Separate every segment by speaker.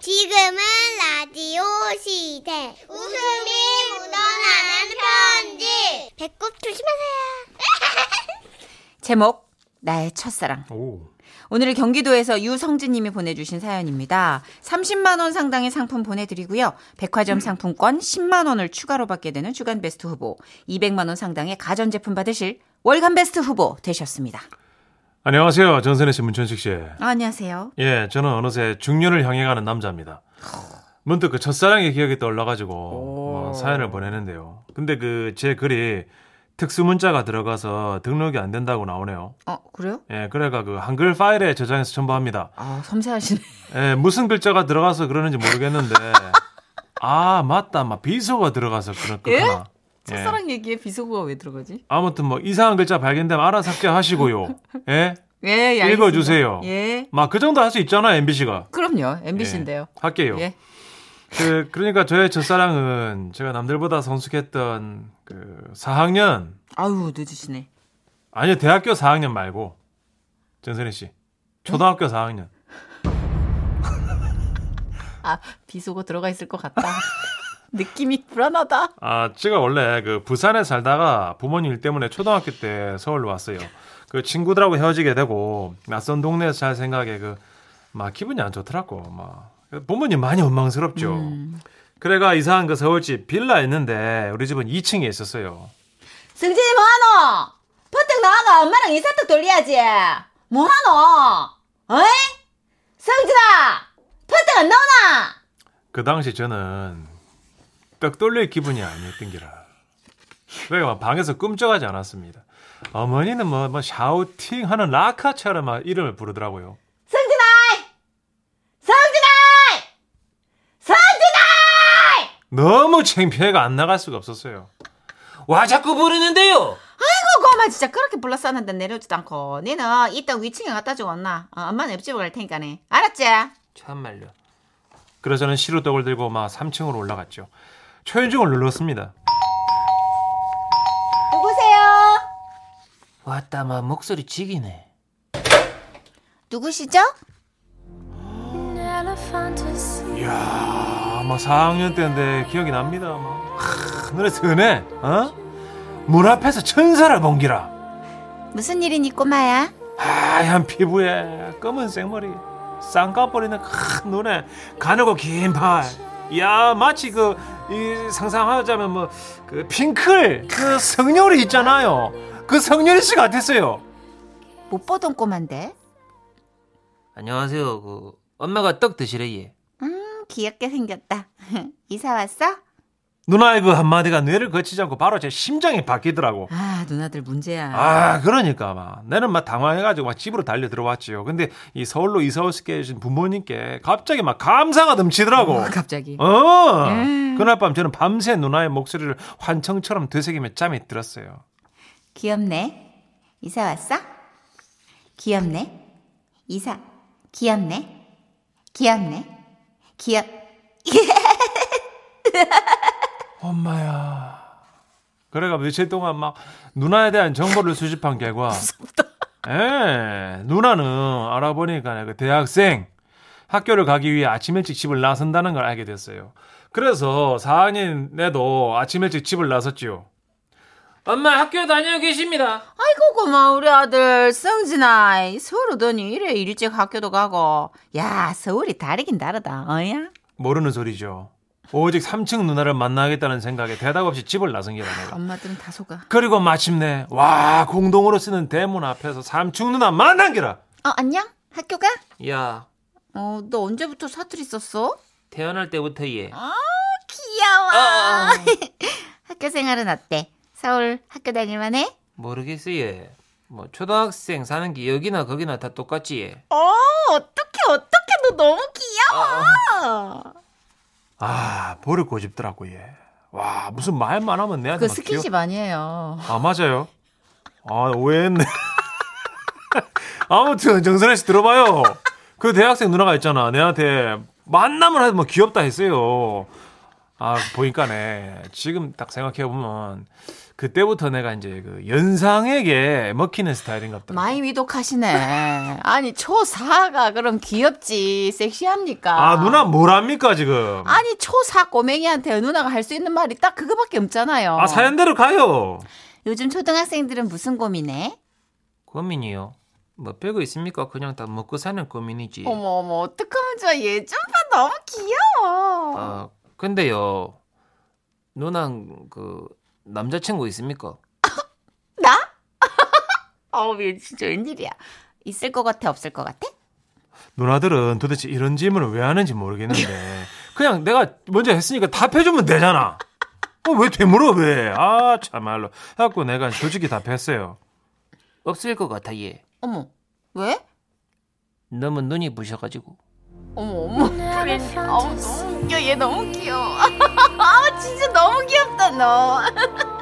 Speaker 1: 지금은 라디오 시대. 웃음이 묻어나는 편지. 배꼽 조심하세요.
Speaker 2: 제목 나의 첫사랑.
Speaker 3: 오.
Speaker 2: 오늘 경기도에서 유성진님이 보내주신 사연입니다. 30만 원 상당의 상품 보내드리고요. 백화점 상품권 10만 원을 추가로 받게 되는 주간 베스트 후보, 200만 원 상당의 가전 제품 받으실 월간 베스트 후보 되셨습니다. 아,
Speaker 3: 안녕하세요. 전선혜 씨, 문천식 씨.
Speaker 2: 안녕하세요.
Speaker 3: 예, 저는 어느새 중년을 향해 가는 남자입니다. 문득 그 첫사랑의 기억이 떠올라가지고 어, 사연을 보내는데요. 근데 그 제 글이 특수 문자가 들어가서 등록이 안 된다고 나오네요.
Speaker 2: 어 그래요?
Speaker 3: 예, 그래가 그 한글 파일에 저장해서 첨부합니다.
Speaker 2: 아 섬세하시네.
Speaker 3: 예, 무슨 글자가 들어가서 그러는지 모르겠는데 아 맞다, 막 비소가 들어가서 그렇- 그렇구나. 예?
Speaker 2: 첫사랑 얘기에 비속어가 왜 들어가지?
Speaker 3: 아무튼 뭐 이상한 글자 발견되면 알아삭제 하시고요. 예,
Speaker 2: 예, 예,
Speaker 3: 읽어주세요.
Speaker 2: 알겠습니다. 예.
Speaker 3: 막 그 정도 할 수 있잖아요, MBC가.
Speaker 2: 그럼요. MBC인데요.
Speaker 3: 할게요.
Speaker 2: 예.
Speaker 3: 그 그러니까 저의 첫사랑은 제가 남들보다 성숙했던 그 4학년
Speaker 2: 아유 늦으시네.
Speaker 3: 아니요 대학교 4학년 말고 전선희 씨 초등학교 4학년
Speaker 2: 아 비속어 들어가 있을 것 같다. 느낌이 불안하다.
Speaker 3: 아 제가 원래 그 부산에 살다가 부모님 일 때문에 초등학교 때 서울로 왔어요 그 친구들하고 헤어지게 되고 낯선 동네에서 살 생각에 그 막 기분이 안 좋더라고 막 부모님 많이 원망스럽죠 그래가 이사한 그 서울집 빌라 있는데 우리 집은 2층에 있었어요
Speaker 2: 승진이 뭐하노? 퍼뜩 나와가 엄마랑 인사떡 돌려야지. 뭐하노? 어이? 승진아! 퍼뜩 안 나오나?
Speaker 3: 그 당시 저는 떡 돌릴 기분이 아니었던기라. 그래서 방에서 꿈쩍하지 않았습니다. 어머니는 뭐, 뭐 샤우팅 하는 라카처럼 막 이름을 부르더라고요.
Speaker 2: 승진아! 승진아! 승진아!
Speaker 3: 너무 창피해가 안 나갈 수가 없었어요. 와 자꾸 부르는데요.
Speaker 2: 아이고 고마 진짜 그렇게 불렀었는데 내려오지도 않고 니는 이따 위층에 갖다 주었나? 어, 엄마는 옆집으로 갈 테니까네. 알았지?
Speaker 3: 참말로. 그래서 저는 시루떡을 들고 막 3층으로 올라갔죠. 초인종을 눌렀습니다.
Speaker 2: 누구세요?
Speaker 3: 왔다 마 목소리 지기네.
Speaker 2: 누구시죠?
Speaker 3: 아마 4학년 때인데 기억이 납니다. 막. 하, 눈에 드네. 어? 문 앞에서 천사를 본기라.
Speaker 2: 무슨 일이니 꼬마야?
Speaker 3: 하얀 피부에 검은색 머리 쌍꺼풀이는 큰 눈에 가늘고 긴 팔. 야 마치 그 이 상상하자면 뭐 그 핑클 그 성렬이 있잖아요. 그 성렬이 씨 같았어요.
Speaker 2: 못 보던 꼬만데.
Speaker 4: 안녕하세요. 그 엄마가 떡 드시래예.
Speaker 2: 음, 귀엽게 생겼다. 이사 왔어?
Speaker 3: 누나의 그 한마디가 뇌를 거치지 않고 바로 제 심장이 바뀌더라고.
Speaker 2: 아, 누나들 문제야.
Speaker 3: 아 그러니까 막 나는 막 당황해가지고 막 집으로 달려 들어왔지요. 근데 이 서울로 이사 오시게 해주신 부모님께 갑자기 막 감사가 넘치더라고.
Speaker 2: 어, 갑자기.
Speaker 3: 어!
Speaker 2: 예.
Speaker 3: 그날 밤 저는 밤새 누나의 목소리를 환청처럼 되새기며 잠이 들었어요.
Speaker 2: 귀엽네. 이사 왔어? 귀엽네. 이사. 귀엽네. 귀엽네. 귀엽.
Speaker 3: 엄마야. 그래가 며칠 동안 막 누나에 대한 정보를 수집한 결과. 예, 누나는 알아보니까 그 대학생 학교를 가기 위해 아침 일찍 집을 나선다는 걸 알게 됐어요. 그래서 4학년 내도 아침 일찍 집을 나섰지요.
Speaker 4: 엄마 학교 다녀 계십니다.
Speaker 2: 아이고 고마워 우리 아들 성진아. 서울 오더니 이래 일찍 학교도 가고. 야 서울이 다르긴 다르다. 어야?
Speaker 3: 모르는 소리죠. 오직 3층 누나를 만나겠다는 생각에 대답 없이 집을 나선 게라 내가.
Speaker 2: 엄마들은 다 속아.
Speaker 3: 그리고 마침내 와 공동으로 쓰는 대문 앞에서 삼촌 누나 만난기라
Speaker 2: 어 안녕? 학교 가?
Speaker 4: 야
Speaker 2: 어 너 언제부터 사투리 썼어?
Speaker 4: 태어날 때부터예.
Speaker 2: 귀여워. 어,
Speaker 4: 아.
Speaker 2: 학교 생활은 어때? 서울 학교 다닐만해?
Speaker 4: 모르겠어예. 뭐 초등학생 사는 게 여기나 거기나 다 똑같지예.
Speaker 2: 어 어떻게 어떻게 너 너무 귀여워.
Speaker 3: 아 볼을 꼬집더라고 얘와 무슨 말만 하면
Speaker 2: 그
Speaker 3: 내한테 아, 막
Speaker 2: 스킨십 아니에요.
Speaker 3: 기어- 아 맞아요 아 오해했네 아무튼 정선혜 씨 들어봐요 그 대학생 누나가 있잖아 내한테 만남을 하면 뭐 귀엽다 했어요 아 보니까네 지금 딱 생각해보면 그때부터 내가 이제 그 연상에게 먹히는 스타일인 것 같더라고요.
Speaker 2: 많이 위독하시네. 아니, 초사가 그럼 귀엽지, 섹시합니까?
Speaker 3: 아, 누나 뭐랍니까, 지금?
Speaker 2: 아니, 초사 꼬맹이한테 누나가 할 수 있는 말이 딱 그거밖에 없잖아요.
Speaker 3: 아, 사연대로 가요.
Speaker 2: 요즘 초등학생들은 무슨 고민해?
Speaker 4: 고민이요. 뭐 별거 있습니까? 그냥 다 먹고 사는
Speaker 3: 예.
Speaker 4: 고민이지.
Speaker 2: 어머, 어머, 어떡하면 좋아. 예준파 너무 귀여워.
Speaker 4: 아 근데요 누난 그 남자친구 있습니까?
Speaker 2: 나? 어우, 얘 진짜 웬일이야. 있을 것 같아, 없을 것 같아?
Speaker 3: 누나들은 도대체 이런 질문을 왜 하는지 모르겠는데. 그냥 내가 먼저 했으니까 답해주면 되잖아. 어, 왜 되물어, 왜? 아, 참말로. 해갖고 내가 솔직히 답했어요.
Speaker 4: 없을 것 같아 얘.
Speaker 2: 어머, 왜?
Speaker 4: 너무 눈이 부셔가지고.
Speaker 2: 어머, 어머. 어우, 너무 웃겨. 얘 너무 귀여워. 아, 진짜 너무 귀엽다, 너.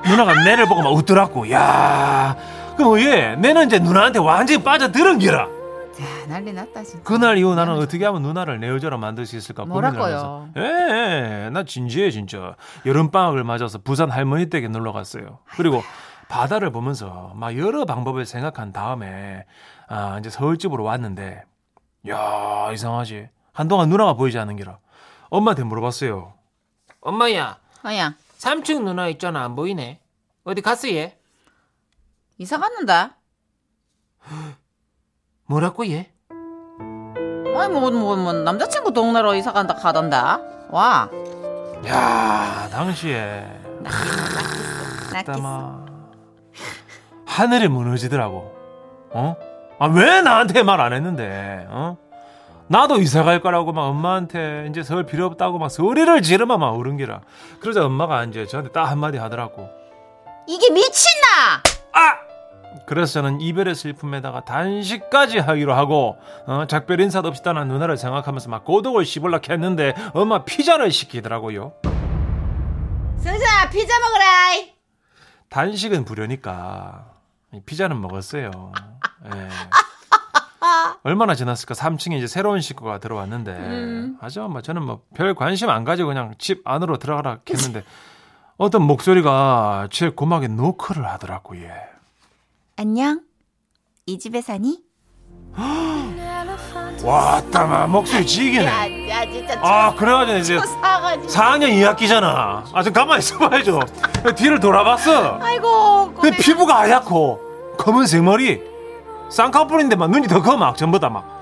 Speaker 3: 누나가 내를 보고 막 웃더라고. 야 그럼 얘, 내는 이제 누나한테 완전히 빠져들은 기라.
Speaker 2: 야, 난리 났다, 진짜.
Speaker 3: 그날 이후 나는 어떻게 하면 누나를 내 여자로 만들 수 있을까 고민을
Speaker 2: 음. 뭐라고요?
Speaker 3: 하면서 예, 예, 나 진지해 진짜 여름 방학을 맞아서 부산 할머니 댁에 놀러 갔어요. 그리고 바다를 보면서 막 여러 방법을 생각한 다음에 아 이제 서울집으로 왔는데 야 이상하지 한동안 누나가 보이지 않는기라 엄마한테 물어봤어요.
Speaker 4: 엄마야
Speaker 2: 아야,
Speaker 4: 삼촌 누나 있잖아 안 보이네. 어디 갔어 얘?
Speaker 2: 이사 갔는다.
Speaker 4: 뭐라고 얘?
Speaker 2: 아니, 뭐, 뭐, 뭐, 남자친구 동네로 이사 간다, 가던다. 와,
Speaker 3: 야 아, 당시에
Speaker 2: 낫겠어.
Speaker 3: 아마 하늘이 무너지더라고. 어? 아, 왜 나한테 말 안 했는데, 어? 나도 이사 갈 거라고 막 엄마한테 이제 서울 필요 없다고 막 소리를 지르마 막 울은기라. 그러자 엄마가 이제 저한테 딱 한마디 하더라고.
Speaker 2: 이게 미친나!
Speaker 3: 그래서 저는 이별의 슬픔에다가 단식까지 하기로 하고, 어, 작별 인사도 없이 떠난 누나를 생각하면서 막 고독을 씹으려 했는데 엄마 피자를 시키더라고요.
Speaker 2: 승준아, 피자 먹으라! 이.
Speaker 3: 단식은 부려니까 피자는 먹었어요. 예. 얼마나 지났을까? 3층에 이제 새로운 식구가 들어왔는데 아주 뭐 저는 뭐 별 관심 안 가지고 그냥 집 안으로 들어가라 했는데 어떤 목소리가 제 고막에 노크를 하더라고요. 예.
Speaker 2: 안녕. 이 집에 사니?
Speaker 3: 왔다마 목소리 지기네.
Speaker 2: 야, 진짜
Speaker 3: 아 그래가지고 이제
Speaker 2: 사가지고.
Speaker 3: 4학년 2학기잖아. 아 좀 가만히 있어봐야죠. 뒤를 돌아봤어.
Speaker 2: 아이고,
Speaker 3: 근데 그 피부가 하얗고 검은색 머리 쌍꺼풀인데 막 눈이 더 커 막 전부 다 막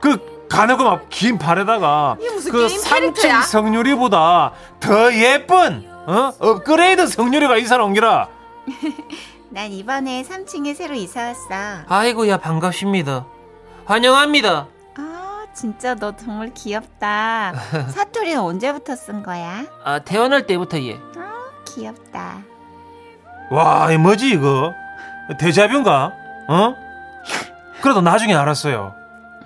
Speaker 3: 그 가늘고 막 긴 팔에다가
Speaker 2: 이게 무슨
Speaker 3: 그
Speaker 2: 게임
Speaker 3: 삼층
Speaker 2: 캐릭터야?
Speaker 3: 성유리보다 더 예쁜 어 업그레이드 성유리가 이사를 옮기라
Speaker 2: 난 이번에 3층에 새로 이사 왔어.
Speaker 4: 아이고야 반갑습니다. 환영합니다.
Speaker 2: 아, 진짜 너 정말 귀엽다. 사투리는 언제부터 쓴 거야?
Speaker 4: 아 태어날 때부터 얘.
Speaker 2: 귀엽다.
Speaker 3: 와이 뭐지 이거 대자뷰인가 어 그래도 나중에 알았어요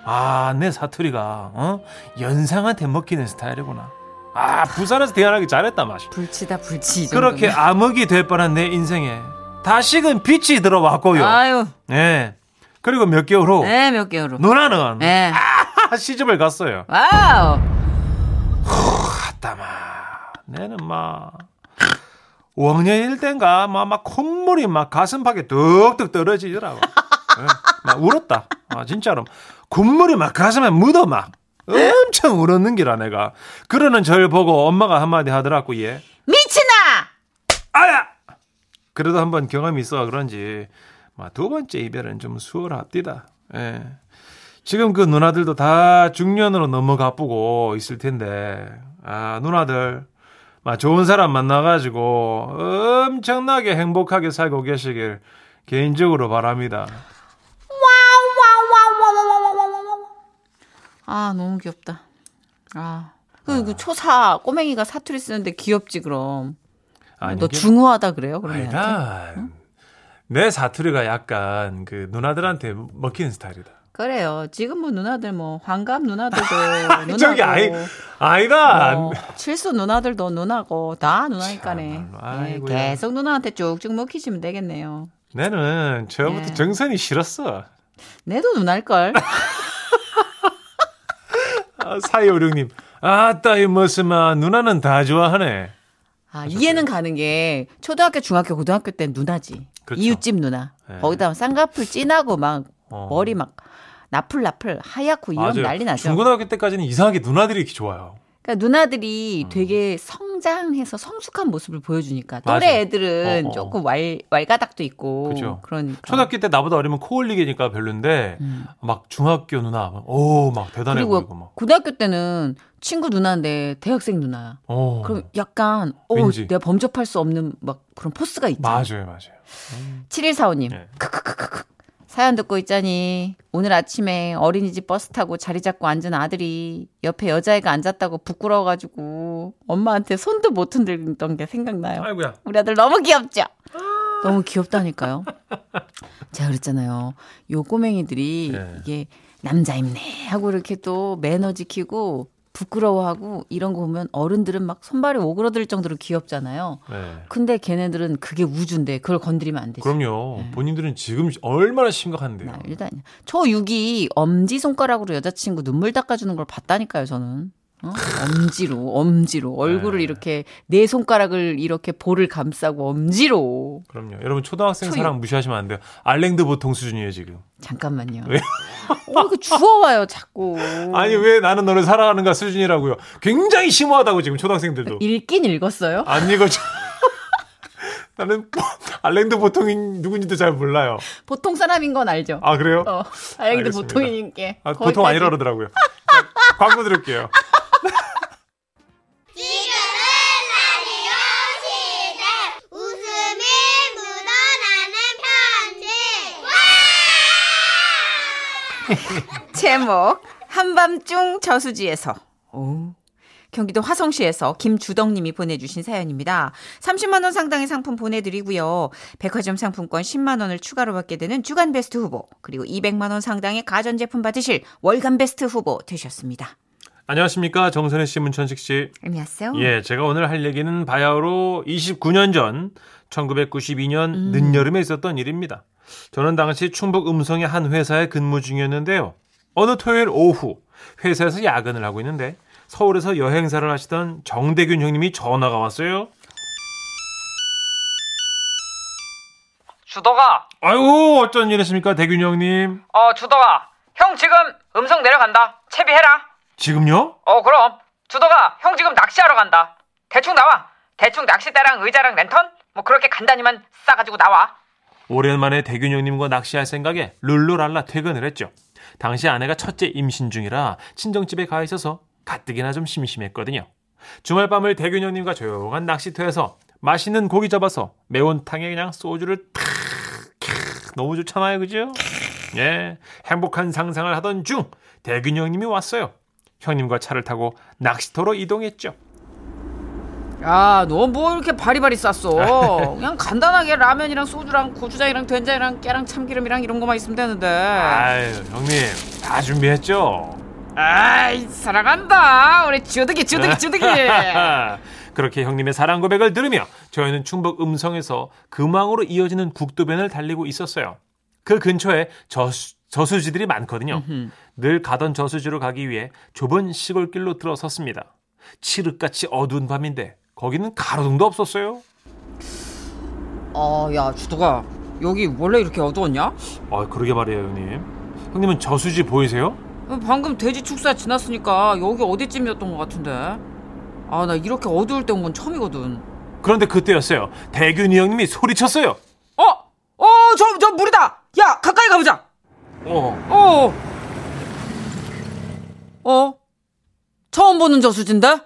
Speaker 3: 아 내 사투리가 어 연상한테 먹히는 스타일이구나 아 부산에서 태어나기 잘했다 맛이
Speaker 2: 불치다 불치. 이
Speaker 3: 그렇게
Speaker 2: 정도면.
Speaker 3: 암흑이 될 뻔한 내 인생에 다시금 빛이 들어왔고요.
Speaker 2: 아유,
Speaker 3: 예. 그리고 몇 개월 후
Speaker 2: 네, 몇 개월로.
Speaker 3: 누나는
Speaker 2: 네.
Speaker 3: 아, 시집을 갔어요.
Speaker 2: 와우.
Speaker 3: 갔다마. 내는 막 5학년일 땐가 막, 막 콧물이 막 가슴팍에 뚝뚝 떨어지더라고. 예. 막 울었다. 아, 진짜로. 콧물이 막 가슴에 묻어 막. 엄청 울었는 기라 내가. 그러는 절 보고 엄마가 한마디 하더라고 얘.
Speaker 2: 미친아!
Speaker 3: 아야! 그래도 한번 경험이 있어 그런지 막 두 번째 이별은 좀 수월합디다. 예. 지금 그 누나들도 다 중년으로 넘어가쁘고 있을 텐데 아 누나들 막 좋은 사람 만나가지고 엄청나게 행복하게 살고 계시길 개인적으로 바랍니다.
Speaker 2: 아, 너무 귀엽다. 아. 그리고 초사, 꼬맹이가 사투리 쓰는데 귀엽지, 그럼.
Speaker 3: 아니,
Speaker 2: 너
Speaker 3: 이게-
Speaker 2: 중후하다 그래요, 그러면? 얘한테?
Speaker 3: 아니라 내 사투리가 약간 그 누나들한테 먹히는 스타일이다.
Speaker 2: 그래요. 지금 뭐 누나들 뭐, 환갑 누나들도. 누나고,
Speaker 3: 저기 아이 아이가
Speaker 2: 뭐 칠수 누나들도 누나고, 다 누나니까네.
Speaker 3: 참말로.
Speaker 2: 예,
Speaker 3: 아이고야.
Speaker 2: 계속 누나한테 쭉쭉 먹히시면 되겠네요.
Speaker 3: 나는 처음부터
Speaker 2: 예.
Speaker 3: 정선이 싫었어.
Speaker 2: 내도 누나일걸.
Speaker 3: 아, 사이오륙님, 아따 이 머슴아 누나는 다 좋아하네.
Speaker 2: 아, 이해는 가는 게 초등학교, 중학교, 고등학교 때 누나지.
Speaker 3: 그렇죠.
Speaker 2: 이웃집 누나.
Speaker 3: 예.
Speaker 2: 거기다 쌍꺼풀 진하고 막
Speaker 3: 어.
Speaker 2: 머리 막 나풀나풀 하얗고 이러면
Speaker 3: 맞아요.
Speaker 2: 난리 나죠.
Speaker 3: 중고등학교 때까지는 이상하게 누나들이 이렇게 좋아요.
Speaker 2: 그러니까 누나들이
Speaker 3: 음.
Speaker 2: 되게 성장해서 성숙한 모습을 보여주니까 또래
Speaker 3: 맞아.
Speaker 2: 애들은
Speaker 3: 어, 어.
Speaker 2: 조금 왈 왈가닥도 있고
Speaker 3: 그죠.
Speaker 2: 그러니까
Speaker 3: 초등학교 때 나보다 어리면 코 올리기니까 별론데 막 중학교 누나 오 막 대단해
Speaker 2: 음. 그리고
Speaker 3: 보이고 막.
Speaker 2: 고등학교 때는 친구 누나인데 대학생 누나야.
Speaker 3: 어.
Speaker 2: 그럼 약간 어
Speaker 3: 왠지.
Speaker 2: 내가 범접할 수 없는 막 그런 포스가 있죠.
Speaker 3: 맞아요, 맞아요.
Speaker 2: 7145님.
Speaker 3: 네.
Speaker 2: 크크크크크. 사연 듣고 있자니 오늘 아침에 어린이집 버스 타고 자리 잡고 앉은 아들이 옆에 여자애가 앉았다고 부끄러워가지고 엄마한테 손도 못 흔들던 게 생각나요.
Speaker 3: 아이고야.
Speaker 2: 우리 아들 너무 귀엽죠? 너무 귀엽다니까요. 제가 그랬잖아요. 요 꼬맹이들이
Speaker 3: 네.
Speaker 2: 이게 남자입네 하고 이렇게 또 매너 지키고 부끄러워하고 이런 거 보면 어른들은 막 손발이 오그러들 정도로 귀엽잖아요.
Speaker 3: 네.
Speaker 2: 근데 걔네들은 그게 우주인데 그걸 건드리면 안 되지.
Speaker 3: 그럼요.
Speaker 2: 네.
Speaker 3: 본인들은 지금 얼마나 심각한데요.
Speaker 2: 나 어, 일단 초6이 엄지 손가락으로 여자친구 눈물 닦아주는 걸 봤다니까요, 저는. 어? 엄지로, 엄지로 얼굴을
Speaker 3: 네.
Speaker 2: 이렇게 내 손가락을 이렇게 볼을 감싸고 엄지로.
Speaker 3: 그럼요. 여러분 초등학생
Speaker 2: 초요.
Speaker 3: 사랑 무시하시면 안 돼요. 알랭드 보통 수준이에요 지금.
Speaker 2: 잠깐만요.
Speaker 3: 왜?
Speaker 2: 어, 이거 주워와요, 자꾸.
Speaker 3: 아니 왜 나는 너를 사랑하는가 수준이라고요. 굉장히 심오하다고 지금 초등학생들도
Speaker 2: 읽긴 읽었어요?
Speaker 3: 안 읽어줘. 나는 뭐, 알랭드 보통이 누군지도 잘 몰라요.
Speaker 2: 보통 사람인 건 알죠?
Speaker 3: 아 그래요?
Speaker 2: 어, 알겠는데
Speaker 3: 알겠습니다.
Speaker 2: 보통이니까.
Speaker 3: 아, 보통 아니라 그러더라고요. 자, 광고 들을게요.
Speaker 1: 라디오 시대 웃음이 묻어나는 편지
Speaker 2: 제목 한밤중 저수지에서 오. 경기도 화성시에서 김주덕님이 보내주신 사연입니다. 30만 원 상당의 상품 보내드리고요. 백화점 상품권 10만 원을 추가로 받게 되는 주간 베스트 후보 그리고 200만 원 상당의 가전제품 받으실 월간 베스트 후보 되셨습니다.
Speaker 3: 안녕하십니까 정선혜 씨, 문천식 씨.
Speaker 2: 안녕하세요.
Speaker 3: 예, 제가 오늘 할 얘기는 바야흐로 29년 전 1992년 늦여름에 있었던 일입니다. 저는 당시 충북 음성의 한 회사에 근무 중이었는데요. 어느 토요일 오후 회사에서 야근을 하고 있는데 서울에서 여행사를 하시던 정대균 형님이 전화가 왔어요.
Speaker 5: 주덕아,
Speaker 3: 아유, 어쩐 일이십니까, 대균 형님?
Speaker 5: 어, 주덕아, 형 지금 음성 내려간다. 채비해라.
Speaker 3: 지금요?
Speaker 5: 어, 그럼. 주덕아, 형 지금 낚시하러 간다. 대충 나와. 대충 낚싯대랑 의자랑 랜턴? 뭐 그렇게 간단히만 싸가지고 나와.
Speaker 3: 오랜만에 대균 형님과 낚시할 생각에 룰루랄라 퇴근을 했죠. 당시 아내가 첫째 임신 중이라 친정집에 가 있어서 가뜩이나 좀 심심했거든요. 주말 밤을 대균 형님과 조용한 낚시터에서 맛있는 고기 잡아서 매운탕에 그냥 소주를 탁 캬, 너무 좋잖아요, 그죠? 예, 행복한 상상을 하던 중 대균 형님이 왔어요. 형님과 차를 타고 낚시터로 이동했죠.
Speaker 2: 야, 너 뭐 이렇게 바리바리 쌌어? 그냥 간단하게 라면이랑 소주랑 고추장이랑 된장이랑 깨랑 참기름이랑 이런 거만 있으면 되는데.
Speaker 3: 아유, 형님 다 준비했죠?
Speaker 2: 아이 사랑한다 우리 주득이 주득이 주득이 아,
Speaker 3: 그렇게 형님의 사랑 고백을 들으며 저희는 충북 음성에서 금왕으로 이어지는 국도변을 달리고 있었어요. 그 근처에 저수, 저수지들이 많거든요. 늘 가던 저수지로 가기 위해 좁은 시골길로 들어섰습니다. 칠흑같이 어두운 밤인데 거기는 가로등도 없었어요.
Speaker 2: 어야 주득아 여기 원래 이렇게 어두웠냐?
Speaker 3: 아, 그러게 말이에요, 형님. 형님은 저수지 보이세요?
Speaker 2: 방금 돼지 축사 지났으니까 여기 어디쯤이었던 것 같은데 아 나 이렇게 어두울 때 온 건 처음이거든
Speaker 3: 그런데 그때였어요. 대균이 형님이 소리쳤어요.
Speaker 2: 어? 어저저 물이다 야 가까이 가보자
Speaker 3: 어,
Speaker 2: 어 어? 처음 보는 저수지인데?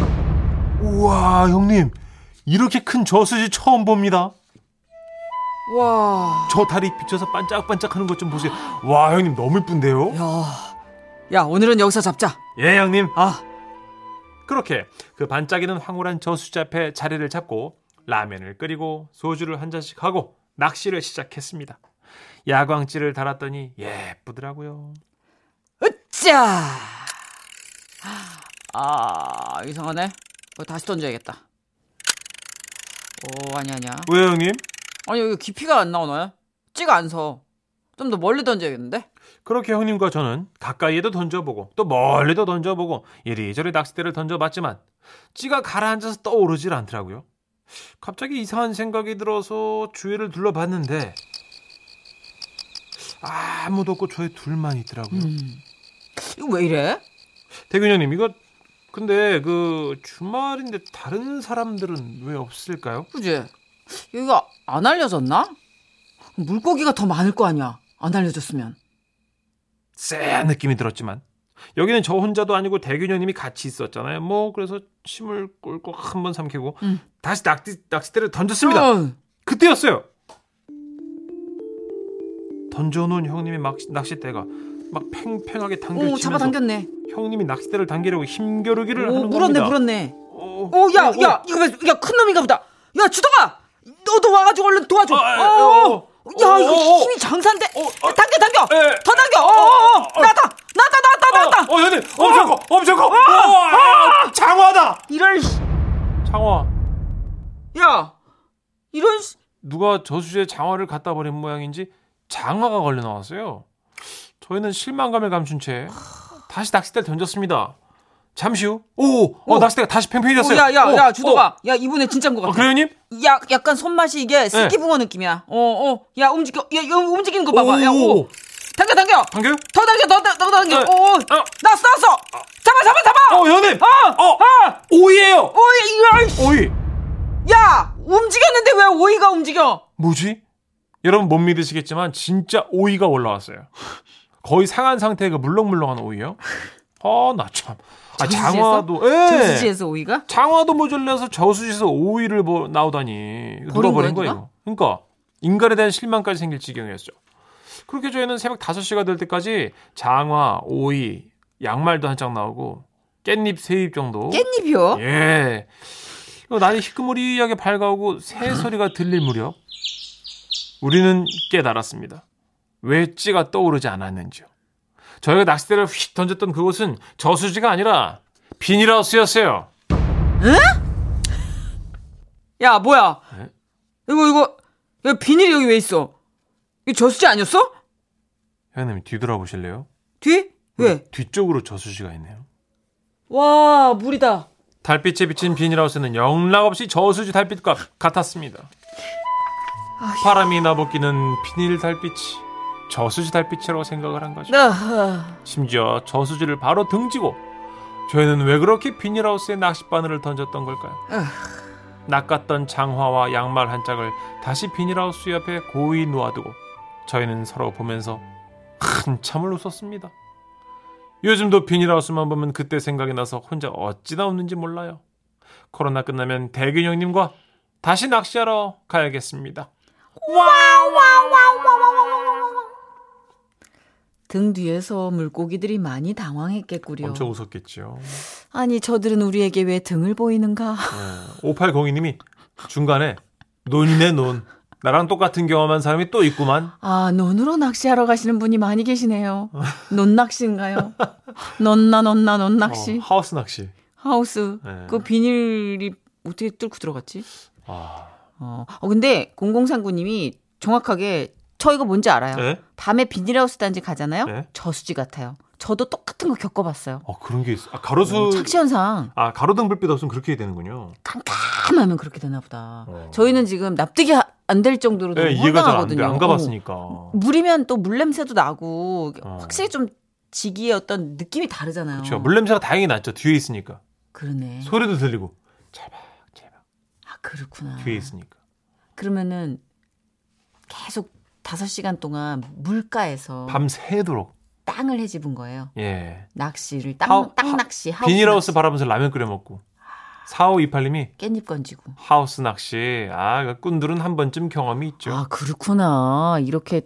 Speaker 2: 아,
Speaker 3: 우와, 형님. 이렇게 큰 저수지 처음 봅니다.
Speaker 2: 와
Speaker 3: 저 다리 비춰서 반짝반짝하는 것 좀 보세요. 와 형님 너무 이쁜데요?
Speaker 2: 야, 야 오늘은 여기서 잡자
Speaker 3: 예 형님.
Speaker 2: 아
Speaker 3: 그렇게 그 반짝이는 황홀한 저수지 앞에 자리를 잡고 라면을 끓이고 소주를 한 잔씩 하고 낚시를 시작했습니다. 야광지를 달았더니 예쁘더라고요.
Speaker 2: 으쌰! 아, 이상하네. 이거 다시 던져야겠다. 오, 아니, 아니야.
Speaker 3: 왜 형님?
Speaker 2: 아니, 여기 깊이가 안 나오나요? 찌가 안 서. 좀 더 멀리 던져야겠는데?
Speaker 3: 그렇게 형님과 저는 가까이에도 던져보고 또 멀리도 던져보고 이리저리 낚싯대를 던져봤지만 찌가 가라앉아서 떠오르질 않더라고요. 갑자기 이상한 생각이 들어서 주위를 둘러봤는데 아무도 없고 저희 둘만 있더라고요.
Speaker 2: 이거 왜 이래?
Speaker 3: 태균 형님 이거 근데 그 주말인데 다른 사람들은 왜 없을까요?
Speaker 2: 그지? 여기가 안 알려졌나? 물고기가 더 많을 거 아니야. 안 알려졌으면.
Speaker 3: 쎄한 느낌이 들었지만 여기는 저 혼자도 아니고 대균 형님이 같이 있었잖아요. 뭐 그래서 침을 꿀꺽 한 번 삼키고
Speaker 2: 음.
Speaker 3: 다시 낚시 낚싯대를 던졌습니다.
Speaker 2: 어,
Speaker 3: 그때였어요. 던져놓은 형님의 막, 낚싯대가 막 팽팽하게
Speaker 2: 오,
Speaker 3: 당겨지면서
Speaker 2: 잡아당겼네.
Speaker 3: 형님이 낚싯대를 당기려고 힘겨루기를
Speaker 2: 오,
Speaker 3: 하는
Speaker 2: 물었네,
Speaker 3: 겁니다. 어,
Speaker 2: 물었네.
Speaker 3: 오,
Speaker 2: 오, 어, 야, 야, 이거 봐, 야, 큰 놈인가 보다. 야, 주덕아! 너도 와가지고 얼른 도와줘.
Speaker 3: 아, 아,
Speaker 2: 어, 야,
Speaker 3: 어, 어,
Speaker 2: 이거
Speaker 3: 어, 어.
Speaker 2: 힘이 장사인데.
Speaker 3: 어, 어.
Speaker 2: 당겨, 당겨!
Speaker 3: 에.
Speaker 2: 더 당겨! 어, 어, 어.
Speaker 3: 어, 어.
Speaker 2: 나왔다! 나왔다, 나왔다, 나왔다!
Speaker 3: 어, 형님! 엄청 커! 엄청 커! 어, 아, 장화다!
Speaker 2: 이럴, 씨.
Speaker 3: 장화.
Speaker 2: 야, 이런, 씨.
Speaker 3: 누가 저수지에 장화를 갖다 버린 모양인지 장화가 걸려 나왔어요. 저희는 실망감을 감춘 채 다시 낚싯대를 던졌습니다. 잠시 후, 오, 어,
Speaker 2: 오.
Speaker 3: 낚싯대가 다시
Speaker 2: 어,
Speaker 3: 팽팽해졌어요.
Speaker 2: 야, 야,
Speaker 3: 오,
Speaker 2: 야, 주덕아. 야, 이번에 진짜인 것
Speaker 3: 어, 어,
Speaker 2: 같아.
Speaker 3: 그래요, 예. 형님?
Speaker 2: 야, 약간 손맛이 이게 새끼붕어 느낌이야. 어, 어. 야, 움직여. 야, 이거 움직이는 거 봐봐. 야, 오. 당겨, 당겨.
Speaker 3: 당겨요?
Speaker 2: 더 당겨, 더, 더, 더 당겨.
Speaker 3: 네.
Speaker 2: 오, 오.
Speaker 3: 어.
Speaker 2: 나왔어, 나왔어. 잡아, 잡아, 잡아.
Speaker 3: 어, 형님!
Speaker 2: 아,
Speaker 3: 어, 오이예요
Speaker 2: 오, 야, 이거, 아이씨.
Speaker 3: 오이!
Speaker 2: 야, 움직였는데 왜 오이가 움직여?
Speaker 3: 뭐지? 여러분 못 믿으시겠지만 진짜 오이가 올라왔어요. 거의 상한 상태의 그 물렁물렁한 오이요. 아, 나 참. 아,
Speaker 2: 저수지에서?
Speaker 3: 장화도, 예.
Speaker 2: 저수지에서 오이가?
Speaker 3: 장화도 모자라서 저수지에서 오이를 보- 나오다니 이거 누가 버린
Speaker 2: 버린 거야,
Speaker 3: 거예요?
Speaker 2: 누가?
Speaker 3: 그러니까 인간에 대한 실망까지 생길 지경이었죠. 그렇게 저희는 새벽 5시가 될 때까지 장화, 오이, 양말도 한 장 나오고 깻잎 세입 정도.
Speaker 2: 깻잎이요?
Speaker 3: 어? 예. 이거 날이 희끄무리하게 밝아오고 새 소리가 들릴 무렵 우리는 깨달았습니다. 왜 찌가 떠오르지 않았는지요. 저희가 낚싯대를 휙 던졌던 그곳은 저수지가 아니라 비닐하우스였어요.
Speaker 2: 야, 뭐야?
Speaker 3: 네?
Speaker 2: 이거, 이거, 야, 비닐이 여기 왜 있어? 이거 저수지 아니었어?
Speaker 3: 형님 뒤돌아보실래요?
Speaker 2: 뒤?
Speaker 4: 음.
Speaker 2: 왜?
Speaker 3: 뒤쪽으로 저수지가 있네요.
Speaker 2: 와, 물이다.
Speaker 3: 달빛에 비친 비닐하우스는 영락없이 저수지 달빛과 같았습니다. 바람이 나부끼는 비닐 달빛이 저수지 달빛이라고 생각을 한 거죠.
Speaker 2: 나,
Speaker 3: 심지어 저수지를 바로 등지고 저희는 왜 그렇게 비닐하우스에 낚싯바늘을 던졌던 걸까요? 낚았던 장화와 양말 한 짝을 다시 비닐하우스 옆에 고이 놓아두고 저희는 서로 보면서 한참을 웃었습니다. 요즘도 비닐하우스만 보면 그때 생각이 나서 혼자 어찌나 웃는지 몰라요. 코로나 끝나면 대균 형님과 다시 낚시하러 가야겠습니다.
Speaker 2: 등 뒤에서 물고기들이 많이 당황했겠구려.
Speaker 3: 엄청 웃었겠지요.
Speaker 2: 아니 저들은 우리에게 왜 등을 보이는가?
Speaker 3: 5802님이 중간에 논이네 논. 나랑 똑같은 경험한 사람이 또 있구만.
Speaker 2: 아 논으로 낚시하러 가시는 분이 많이 계시네요. 논낚시인가요? 논나 논나 논낚시
Speaker 3: 어, 하우스 낚시.
Speaker 2: 하우스
Speaker 3: 네.
Speaker 2: 그 비닐이 어떻게 뚫고 들어갔지?
Speaker 3: 아,
Speaker 2: 어, 어, 근데 0039님이 정확하게 저 이거 뭔지 알아요.
Speaker 3: 네?
Speaker 2: 밤에 비닐하우스 단지 가잖아요.
Speaker 3: 네.
Speaker 2: 저수지 같아요. 저도 똑같은 거 겪어봤어요.
Speaker 3: 어, 그런 게 있어. 아, 가로수.
Speaker 2: 착시 현상
Speaker 3: 아, 가로등 불빛 없으면 그렇게 해야 되는군요.
Speaker 2: 깜깜하면 그렇게 되나 보다.
Speaker 3: 어.
Speaker 2: 저희는 지금 납득이 안 될 정도로
Speaker 3: 예,
Speaker 2: 너무
Speaker 3: 이해가 잘 안 돼.
Speaker 2: 황당하거든요. 어.
Speaker 3: 안 가봤으니까.
Speaker 2: 물이면 또 물 냄새도 나고
Speaker 3: 어.
Speaker 2: 확실히 좀 지기의 어떤 느낌이 다르잖아요.
Speaker 3: 그렇죠. 물냄새가 다행히 났죠. 뒤에 있으니까.
Speaker 2: 그러네.
Speaker 3: 소리도 들리고. 제발, 제발.
Speaker 2: 아 그렇구나.
Speaker 3: 뒤에 있으니까.
Speaker 2: 그러면은 계속 5시간 동안 물가에서
Speaker 3: 밤새도록.
Speaker 2: 땅을 헤집은 거예요.
Speaker 3: 예.
Speaker 2: 낚시를 땅,
Speaker 3: 하우-
Speaker 2: 땅
Speaker 3: 하-
Speaker 2: 낚시 하우스
Speaker 3: 비닐하우스
Speaker 2: 낚시,
Speaker 3: 바라면서 라면 끓여 먹고. 4528님이
Speaker 2: 깻잎 건지고.
Speaker 3: 하우스 낚시. 아, 그 꾼들은 한 번쯤 경험이 있죠.
Speaker 2: 아 그렇구나. 이렇게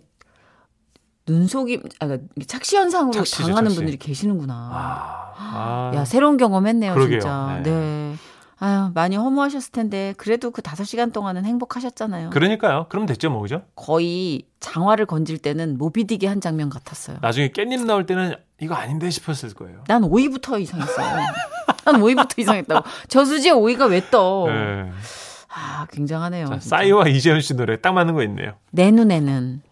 Speaker 2: 눈속임 아 그러니까 착시 현상으로
Speaker 3: 착시죠,
Speaker 2: 당하는
Speaker 3: 착시.
Speaker 2: 분들이 계시는구나.
Speaker 3: 아,
Speaker 2: 야 새로운 경험했네요
Speaker 3: 그러게요.
Speaker 2: 진짜.
Speaker 3: 네.
Speaker 2: 네. 아유 많이 허무하셨을 텐데 그래도 그 5시간 동안은 행복하셨잖아요.
Speaker 3: 그러니까요. 그럼 됐죠, 뭐, 그죠?
Speaker 2: 거의 장화를 건질 때는 모비딕의 한 장면 같았어요.
Speaker 3: 나중에 깻잎 나올 때는 이거 아닌데 싶었을 거예요.
Speaker 2: 난 오이부터 이상했어요. 난 오이부터 이상했다고. 저수지에 오이가 왜 떠?
Speaker 3: 예.
Speaker 2: 어. 아, 굉장하네요.
Speaker 3: 자,
Speaker 2: 진짜.
Speaker 3: 싸이와 이재현 씨 노래 딱 맞는 거 있네요.
Speaker 2: 내 눈에는